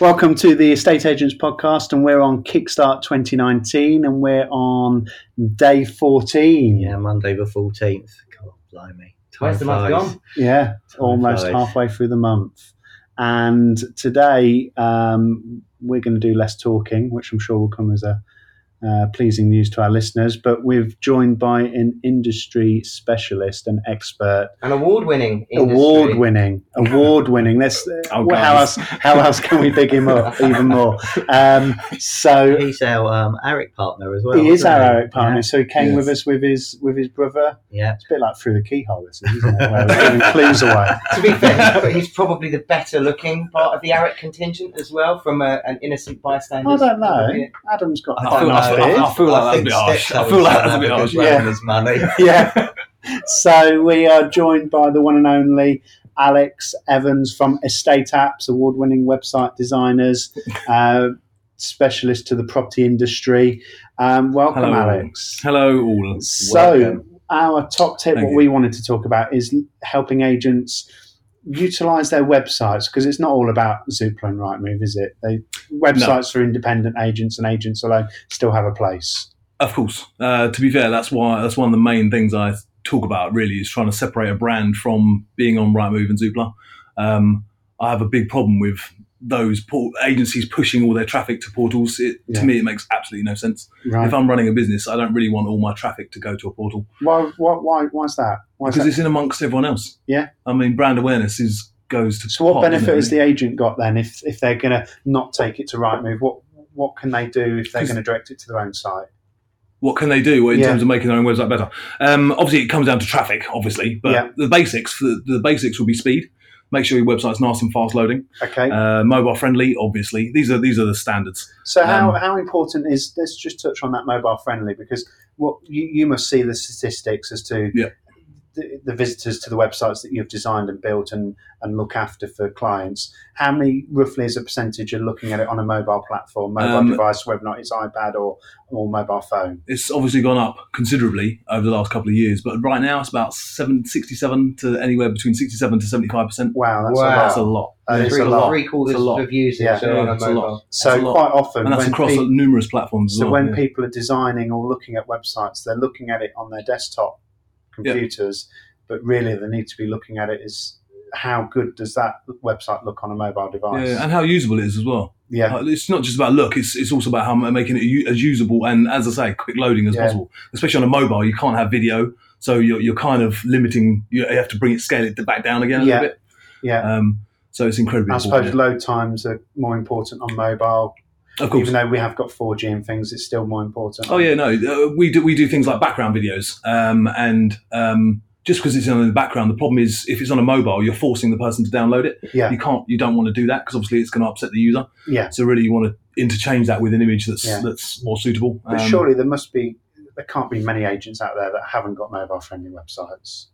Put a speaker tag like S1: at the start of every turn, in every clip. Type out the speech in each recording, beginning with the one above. S1: Welcome to the Estate Agents Podcast, and we're on Kickstart 2019, and we're on day 14.
S2: Yeah, Monday the 14th. God, blimey. Time
S3: Where's the month
S2: flies.
S3: gone?
S1: Yeah, almost
S2: flies.
S1: halfway through the month. And today um, we're going to do less talking, which I'm sure will come as a uh, pleasing news to our listeners. But we're joined by an industry specialist and expert,
S3: An award-winning industry.
S1: award-winning, award-winning. Let's
S4: Oh,
S1: well, how else
S4: guys.
S1: how else can we big him up even more? Um, so
S2: He's our um, ARIC partner as well.
S1: he is
S2: isn't
S1: our Eric partner. So he came
S4: Yes.
S1: with us with his with his brother.
S2: Yeah.
S1: It's a bit like through the keyhole, this is, isn't it? Where we're giving clues away.
S3: To be fair, but he's probably the better-looking part of the Aric contingent as well, from a, an innocent bystander.
S1: I don't know. Adam's got
S2: I
S4: I feel,
S2: don't
S4: I feel- I feel- I feel like that's a
S2: think
S4: bit harsh.
S2: Steph
S4: I feel like
S2: Allen's
S4: that's a bit
S2: gonna have
S4: harsh.
S2: good
S1: Yeah.
S2: run as money.
S1: yeah. So we are joined by the one and only Alex Evans from Estate Apps, award-winning website designers, uh, specialist to the property industry. Um, welcome,
S4: Hello.
S1: Alex.
S4: Hello, all.
S1: So
S2: Welcome.
S1: our top tip,
S4: Thank
S1: what
S4: you.
S1: we wanted to talk about, is helping agents utilize their websites because it's not all about Zoopla and Rightmove, is it? They, websites for independent agents and agents alone still have a place.
S4: Of course, uh, to be fair, that's why that's one of the main things I talk about. Really, is trying to separate a brand from being on Rightmove and Zoopla. Um, I have a big problem with those por- agencies pushing all their traffic to portals. It,
S1: Yeah.
S4: To me, it makes absolutely no sense.
S1: Right?
S4: If I'm running a business, I don't really want all my traffic to go to a portal.
S1: why, why, why, why is that? Why is
S4: because
S1: that?
S4: it's in amongst everyone else.
S1: Yeah.
S4: I mean, brand awareness is goes to.
S1: So, what
S4: pot,
S1: benefit
S4: doesn't
S1: has
S4: it?
S1: the agent got then if, if they're going to not take it to Rightmove? What what can they do if they're
S4: 'Cause-
S1: going to direct it to their own site?
S4: What can they do in
S1: Yeah.
S4: terms of making their own website better? Um, obviously, it comes down to traffic, obviously, but
S1: Yeah.
S4: the basics the, the basics will be speed. Make sure your website's nice and fast loading,
S1: Okay.
S4: uh, mobile friendly. Obviously, these are these are the standards.
S1: so, how,
S4: um,
S1: how important is let's just touch on that mobile friendly because what you, you must see the statistics as to
S4: Yeah.
S1: the, the visitors to the websites that you've designed and built and, and look after for clients. How many roughly is a percentage are looking at it on a mobile platform, mobile
S4: Um,
S1: device, whether or not it's iPad or, or mobile phone?
S4: It's obviously gone up considerably over the last couple of years, but right now it's about seven, 67 to anywhere between sixty-seven to seventy-five percent.
S1: Wow, that's
S3: Wow.
S4: That's
S1: a
S4: a
S1: lot.
S4: lot,
S1: That is
S3: Three,
S1: Oh, a lot.
S3: three quarters
S4: It's a lot.
S3: of users
S1: Yeah.
S3: are on a
S4: Yeah, it's a lot.
S3: mobile.
S1: So
S4: That's a lot.
S1: quite often,
S4: and that's
S1: Uh, when
S4: across
S1: peop-
S4: numerous platforms. as
S1: So
S4: well,
S1: when
S4: yeah.
S1: people are designing or looking at websites, they're looking at it on their desktop computers, but really they need to be looking at it is how good does that website look on a mobile device?
S4: yeah, and how usable it is as well.
S1: Yeah.
S4: Uh, It's not just about look. It's it's also about how I'm making it u- as usable and as I say, quick loading as
S1: Yeah.
S4: possible. Especially on a mobile, you can't have video, so you're you're kind of limiting. You have to bring it, scale it back down again a
S1: Yeah.
S4: little bit.
S1: yeah.
S4: Um, so it's incredibly.
S1: I
S4: important,
S1: suppose load times are more important on mobile.
S4: yeah. Of course.
S1: Even though we have got 4G and things, it's still more important.
S4: Oh yeah, no, uh, we do we do things like background videos, um, and um, just because it's in the background, the problem is if it's on a mobile, you're forcing the person to download it.
S1: Yeah.
S4: You can't, you don't want to do that because obviously it's going to upset the user.
S1: Yeah.
S4: So really, you want to interchange that with an image that's
S1: Yeah.
S4: that's more suitable.
S1: But
S4: Um,
S1: surely there must be, there can't be many agents out there that haven't got mobile friendly websites.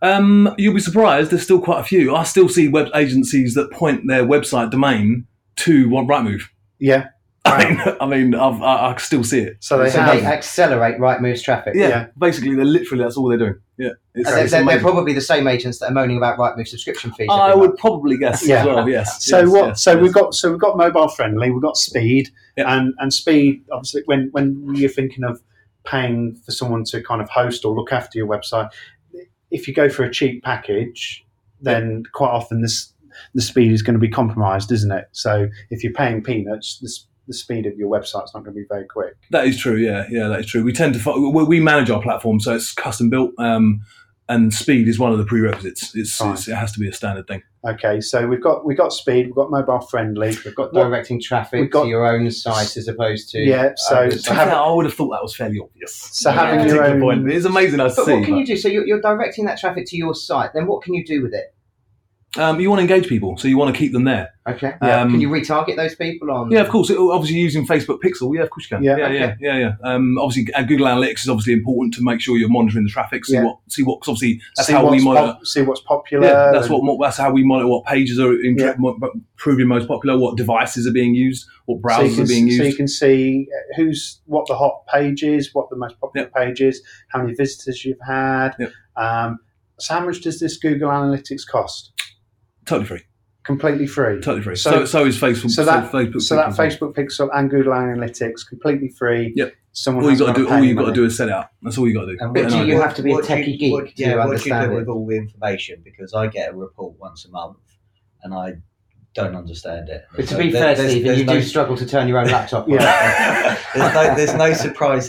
S4: Um, you'll be surprised. There's still quite a few. I still see web agencies that point their website domain to what Rightmove.
S1: Yeah.
S4: I mean, I mean, I've, I, I still see it.
S1: So they
S3: so
S1: have.
S3: they accelerate Rightmove's traffic.
S4: Yeah,
S1: Yeah.
S4: basically, they're literally that's all they're doing. Yeah,
S3: And
S4: it's,
S3: they're,
S4: it's
S3: they're- they're
S4: amazing.
S3: probably the same agents that are moaning about Rightmove subscription fees.
S4: I
S3: every
S4: would
S3: month.
S4: probably guess
S1: Yeah.
S4: as well. Yes.
S1: So
S4: yes,
S1: what?
S4: yes,
S1: so
S4: yes.
S1: we've got so we've got mobile friendly. We've got speed,
S4: Yeah.
S1: and and speed. Obviously, when when you're thinking of paying for someone to kind of host or look after your website, if you go for a cheap package, then quite often this the speed is going to be compromised, isn't it? So if you're paying peanuts, this the speed of your website's not going to be very quick.
S4: That is true. Yeah, yeah, that is true. We tend to fo- we, we manage our platform, so it's custom built, um, and speed is one of the prerequisites. It's,
S1: Fine.
S4: it's it has to be a standard thing.
S1: Okay, so we've got we've got speed, we've got mobile friendly, we've got
S3: Directing
S1: We've
S3: traffic
S1: got-
S3: to your own site as opposed to.
S1: yeah. So
S3: others.
S1: to have,
S4: I would have thought that was fairly obvious.
S1: so
S3: Yeah.
S1: having
S4: Particular
S1: your own
S4: point. It's amazing. I
S3: But
S4: see.
S3: what can
S4: but-
S3: you do? So you're, you're directing that traffic to your site. Then what can you do with it?
S4: Um, you want to engage people, so you want to keep them there.
S3: Okay.
S1: Yeah.
S4: Um,
S3: Can you retarget those people on?
S4: yeah, of course. It, obviously, using Facebook Pixel, yeah, of course you can.
S1: Yeah,
S4: yeah,
S3: okay.
S4: yeah, yeah, yeah. Um, obviously, uh, Google Analytics is obviously important to make sure you're monitoring the traffic. See
S1: Yeah.
S4: what, see what. 'cause obviously, that's
S1: see
S4: how we
S1: what's
S4: monitor.
S1: pop- see what's popular.
S4: yeah, that's
S1: and-
S4: what. mo- That's how we monitor what pages are in,
S1: Yeah.
S4: mo- proving most popular, what devices are being used, what
S1: So you
S4: browsers
S1: can-
S4: are being
S1: So you
S4: used.
S1: can see uh, who's what the hot page is, what the most popular page is, how many visitors you've had.
S4: Yep.
S1: Um, so how much does this Google Analytics cost?
S4: totally free.
S1: completely free.
S4: Totally free.
S1: So-
S4: So, so, is Facebook.
S1: so that-
S4: Facebook
S1: So that
S4: Pixel.
S1: Facebook Pixel and Google Analytics completely free.
S4: Yep.
S1: Someone
S4: All you
S1: has
S4: got to do,
S1: pay
S4: all you
S1: money.
S4: got to do is set it up. That's all you got to do.
S2: And
S4: Get
S3: But
S4: an
S3: do
S4: idea.
S3: you have to be a
S2: What do you-
S3: techie geek
S2: what,
S3: to
S2: yeah, what do you
S3: understand
S2: do
S3: it?
S2: with all the information? Because I get a report once a month, and I don't understand it.
S3: But to
S2: So
S3: be
S2: there-
S3: fair,
S2: there's-
S3: Stephen,
S2: there's
S3: you
S2: no-
S3: do struggle to turn your own laptop on.
S1: Yeah.
S2: there's no there's no surprise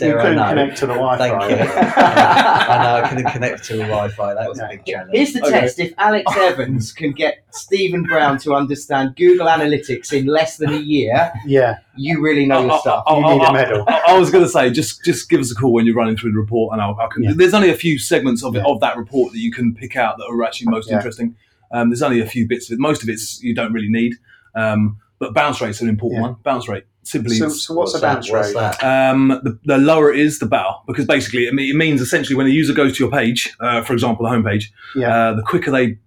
S1: You
S2: there. I
S1: couldn't
S2: know.
S1: connect to the Wi Fi.
S2: Thank you. I know I couldn't connect to a Wi-Fi. That was a big challenge.
S3: Here's the
S4: Okay.
S3: test. If Alex Evans can get Stephen Brown to understand Google Analytics in less than a year,
S1: Yeah,
S3: you really know
S4: I'll-
S3: your
S4: I'll-
S3: stuff.
S2: Oh,
S4: I'll-
S1: you
S4: I'll-
S1: need a medal.
S4: I'll- I, I was going to say, just just give us a call when you're running through the report, and I'll, I can.
S1: Yeah.
S4: There's only a few segments of it
S1: Yeah.
S4: of that report that you can pick out that are actually most
S1: Yeah.
S4: interesting. Um, there's only a few bits of it. Most of it's you don't really need, um, but bounce rate's an important
S1: Yeah.
S4: one. Bounce rate simply.
S1: So,
S4: is-
S1: so what's, a
S2: that?
S1: bounce
S2: What's
S1: rate?
S2: that?
S4: um, the, the lower it is, the better, because basically it, mean, it means essentially when a user goes to your page, uh, for example, the homepage,
S1: Yeah.
S4: uh, the quicker they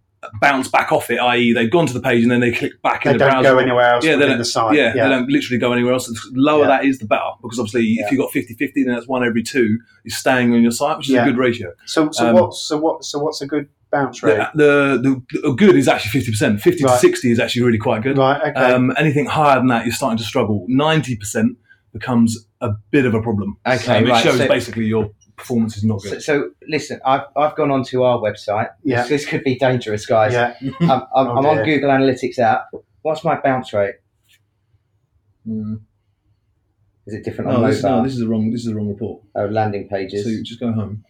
S4: bounce back off it, i.e., they've gone to the page and then they click back
S1: They
S4: in the
S1: don't
S4: browser.
S1: go anywhere else
S4: Yeah, they
S1: within
S4: don't-
S1: the site.
S4: yeah, they don't literally go anywhere else. The lower
S1: Yeah.
S4: that is, the better. Because obviously,
S1: Yeah.
S4: if you've got 50 50, then that's one every two is staying on your site, which is
S1: Yeah.
S4: a good ratio.
S1: So, so
S4: Um,
S1: what? So what? So what's a good bounce rate?
S4: The, the, the good is actually 50%. 50
S1: Right.
S4: to 60 is actually really quite good.
S1: Right. Okay.
S4: Um, anything higher than that, you're starting to struggle. 90% becomes a bit of a problem. Um,
S3: Okay,
S4: it
S3: right,
S4: shows
S3: so-
S4: basically your performance is not
S3: So,
S4: good.
S3: so listen, I've, I've gone onto our website.
S1: yeah.
S3: This, this could be dangerous, guys.
S1: Yeah.
S3: I'm, I'm,
S1: Oh,
S3: I'm on
S1: dear.
S3: Google Analytics app. What's my bounce rate?
S1: Hmm.
S3: Is it different on
S4: No,
S3: mobile?
S4: Um, this, no, this is the wrong. This is the wrong report.
S3: oh, landing
S4: So you
S3: pages.
S4: just go home.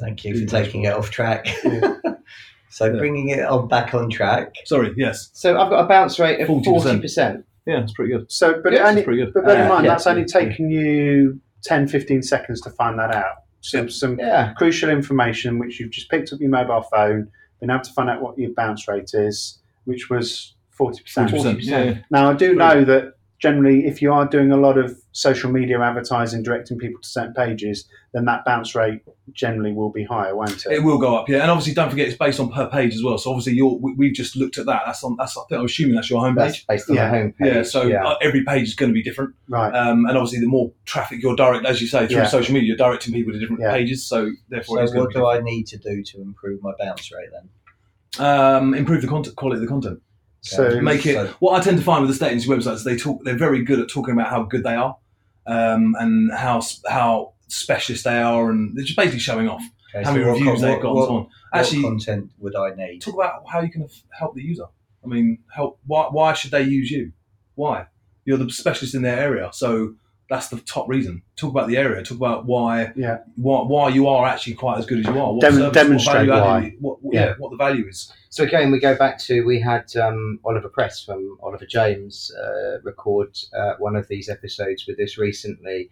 S2: Thank you for taking it off track.
S1: Yeah.
S2: so
S4: Yeah.
S2: bringing it on back on track.
S4: Sorry. Yes.
S3: So I've got a bounce rate of 40%.
S4: 40%. Yeah, it's pretty good.
S1: So, but it
S3: Yeah,
S1: only,
S4: It's pretty good.
S1: but bear in
S3: Uh,
S1: mind
S3: yeah.
S1: that's only taken you 10, 15 seconds to find that out. Some, some
S3: Yeah.
S1: crucial information which you've just picked up your mobile phone, been able to find out what your bounce rate is, which was forty percent.
S4: 40%. Yeah, yeah.
S1: Now, I do know that generally, if you are doing a lot of social media advertising, directing people to certain pages, then that bounce rate generally will be higher, won't it?
S4: It will go up, yeah. And obviously, don't forget it's based on per page as well. So obviously, you're, we, we've just looked at that. That's on. That's I think I'm assuming that's your
S3: That's
S4: homepage.
S3: based on
S1: Yeah.
S3: the homepage.
S4: Yeah. So Uh, every page is going to be different.
S1: Right.
S4: Um, and obviously, the more traffic you're direct, as you say, through
S1: Yeah.
S4: social media, you're directing people to different
S1: Yeah.
S4: pages. So therefore,
S2: So
S4: it's going
S2: what
S4: to
S2: do I need to do to improve my bounce rate then?
S4: be, um, improve the content quality of the content.
S1: So
S4: Make it.
S2: So-
S4: What I tend to find with estate agency websites, they talk. They're very good at talking about how good they are, um, and how s- how specialist they are, and they're just basically showing off
S2: Okay,
S4: how
S2: so
S4: many
S2: what
S4: reviews
S2: con-
S4: they've
S2: what-
S4: got and
S2: what-
S4: so on.
S2: what
S4: Actually,
S2: content would I need?
S4: talk about how you can f- help the user. I mean, help. Why, why should they use you? Why? You're the specialist in their area, so that's the top reason. Talk about the area. Talk about why.
S1: Yeah.
S4: Why, why you are actually quite as good as you are. What
S1: Dem-
S4: service,
S1: demonstrate
S4: what value
S1: why.
S4: added- what, what-
S1: Yeah.
S4: yeah. What the value is.
S3: So again, we go back to we had um, Oliver Press from Oliver James uh, record uh, one of these episodes with us recently,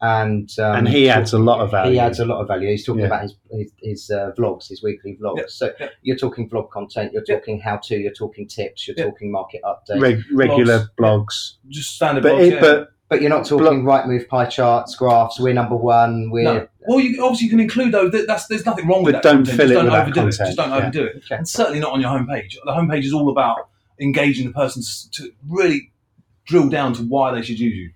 S3: and um,
S1: and he adds a lot of value.
S3: He adds a lot of value. He's talking
S1: Yeah.
S3: about his his, his uh, vlogs, his weekly vlogs.
S4: Yeah,
S3: So
S4: yeah.
S3: you're talking vlog content, you're
S4: Yeah.
S3: talking how to, you're talking tips, you're
S4: Yeah.
S3: talking market updates,
S1: Reg- regular blogs,
S4: Just standard.
S1: but
S4: blogs,
S1: it,
S4: yeah.
S1: but
S3: but you're not talking right move pie charts, graphs. We're number one. We're
S4: No. Well, you obviously you can include though. that- That's there's nothing wrong with
S1: But
S4: that.
S1: don't
S4: content.
S1: fill
S4: Just
S1: it
S4: don't
S1: with that
S4: overdo it.
S1: content,
S4: Just don't
S1: yeah.
S4: overdo it.
S3: Okay.
S4: And certainly not on your homepage. The homepage is all about engaging the person s- to really drill down to why they should use you.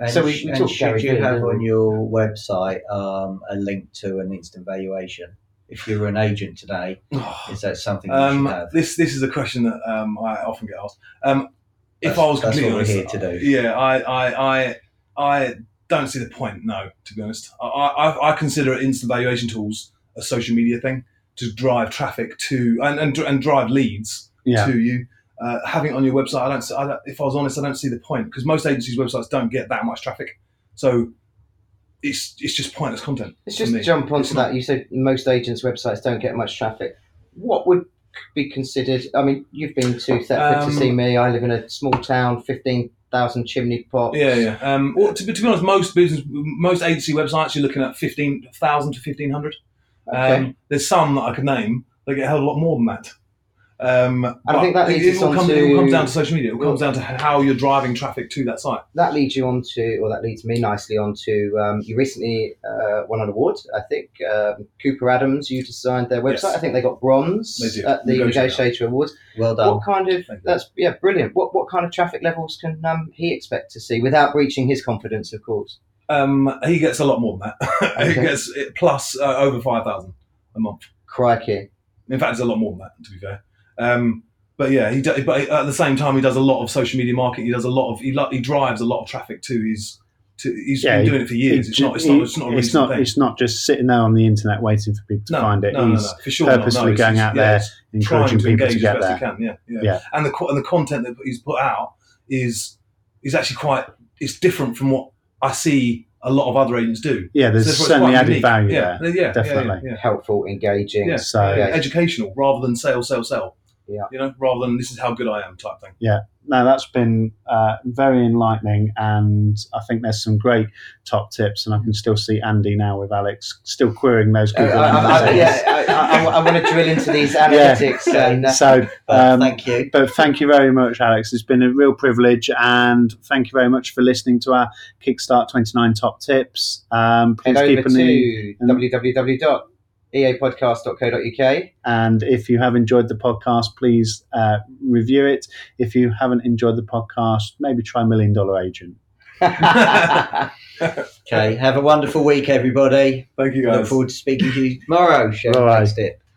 S2: And,
S3: So we-
S2: sh-
S3: we
S2: and
S3: talked Gary
S2: should you
S3: Vee,
S2: have
S3: didn't we?
S2: on your website um, a link to an instant valuation? If you're an agent today,
S1: Oh,
S2: is that something you should
S4: Um,
S2: have?
S4: this this is a question that um, I often get asked. Um, if
S2: That's-
S4: I was
S2: that's
S4: completely
S2: what we're
S4: honest,
S2: here to do.
S4: yeah, I I, I I don't see the point. No, to be honest, I I, I consider instant valuation tools a social media thing to drive traffic to and and, and drive leads
S1: yeah,
S4: to you. Uh, having it on your website, I don't, see- I don't. If I was honest, I don't see the point because most agencies' websites don't get that much traffic, so it's it's just pointless content.
S3: Let's
S4: for
S3: just
S4: me.
S3: jump onto
S4: It's not-
S3: that. You said most agents' websites don't get much traffic. What would be considered? I mean, you've been to Thetford
S4: Um,
S3: to see me. I live in a small town, fifteen thousand chimney pots.
S4: Yeah, yeah. Um, well, to, be- to be honest, most business, most agency websites, you're looking at fifteen thousand to fifteen hundred.
S3: Okay.
S4: Um, there's some that I could name that get a hell of a lot more than that. Um, but
S3: think that
S4: it,
S3: leads
S4: it
S3: us
S4: all
S3: on
S4: comes,
S3: to-
S4: it all comes down to social media. It all comes down to how you're driving traffic to that site.
S3: that leads you on to, or that leads me nicely on to. Um, you recently uh, won an award, I think. Um, Cooper Adams, you designed their website.
S4: Yes.
S3: I think they got bronze
S4: They do.
S3: at the
S4: Negotiator.
S3: Negotiator Awards.
S2: Well done.
S3: What
S4: oh,
S3: kind of?
S4: Thank you.
S3: That's yeah, brilliant. What what kind of traffic levels can um, he expect to see without breaching his confidence, of course?
S4: Um, he gets a lot more than that. he
S3: Okay.
S4: gets it plus uh, over five thousand a month.
S3: Crikey.
S4: In fact, it's a lot more than that. To be fair, um, But yeah, he do, but at the same time he does a lot of social media marketing. He does a lot of he lo- he drives a lot of traffic to his to he's
S1: Yeah,
S4: been
S1: he-
S4: doing it for years.
S1: He-
S4: it's not it's not it's not a
S1: it's
S4: recent
S1: not,
S4: thing.
S1: it's not just sitting there on the internet waiting for people to
S4: no,
S1: find it.
S4: no, no,
S1: He's
S4: no, for sure not. No,
S1: purposefully
S4: it's
S1: going
S4: just-
S1: out
S4: yeah,
S1: there
S4: it's
S1: encouraging
S4: trying to
S1: people
S4: engage
S1: to get
S4: as best
S1: there.
S4: he can. Yeah, yeah,
S1: Yeah.
S4: And the co- and the content that he's put out is is actually quite it's different from what I see a lot of other agents do.
S1: Yeah,
S4: So
S1: there's
S4: therefore it's
S1: certainly
S4: quite
S1: added
S4: unique.
S1: value
S4: yeah.
S1: there.
S4: Yeah, yeah, yeah,
S1: definitely.
S4: Yeah,
S3: helpful, engaging.
S4: Yeah.
S1: So
S4: yeah.
S3: Yeah.
S4: Educational rather than sell, sell, sell.
S3: Yeah.
S4: You know, rather than this is how good I am type thing.
S1: no, that's been uh, very enlightening, and I think there's some great top tips. And I can still see Andy now with Alex still querying those
S3: Uh, I,
S1: Google
S3: I, I,
S1: analytics.
S3: yeah, I, I, want to drill into these analytics. And, uh,
S1: So,
S2: But
S1: um,
S2: thank you.
S1: but thank you very much, Alex. It's been a real privilege, and thank you very much for listening to our Kickstart 29 top tips. Um, please
S3: head over
S1: keep an eye,
S3: to E www.eapodcast.co.uk.
S1: and if you have enjoyed the podcast, please uh, review it. If you haven't enjoyed the podcast, maybe try Million Dollar Agent.
S2: Okay, have a wonderful week, everybody.
S4: Thank you
S2: Look forward to speaking to you tomorrow. Show
S1: Bye-bye.
S2: next tip.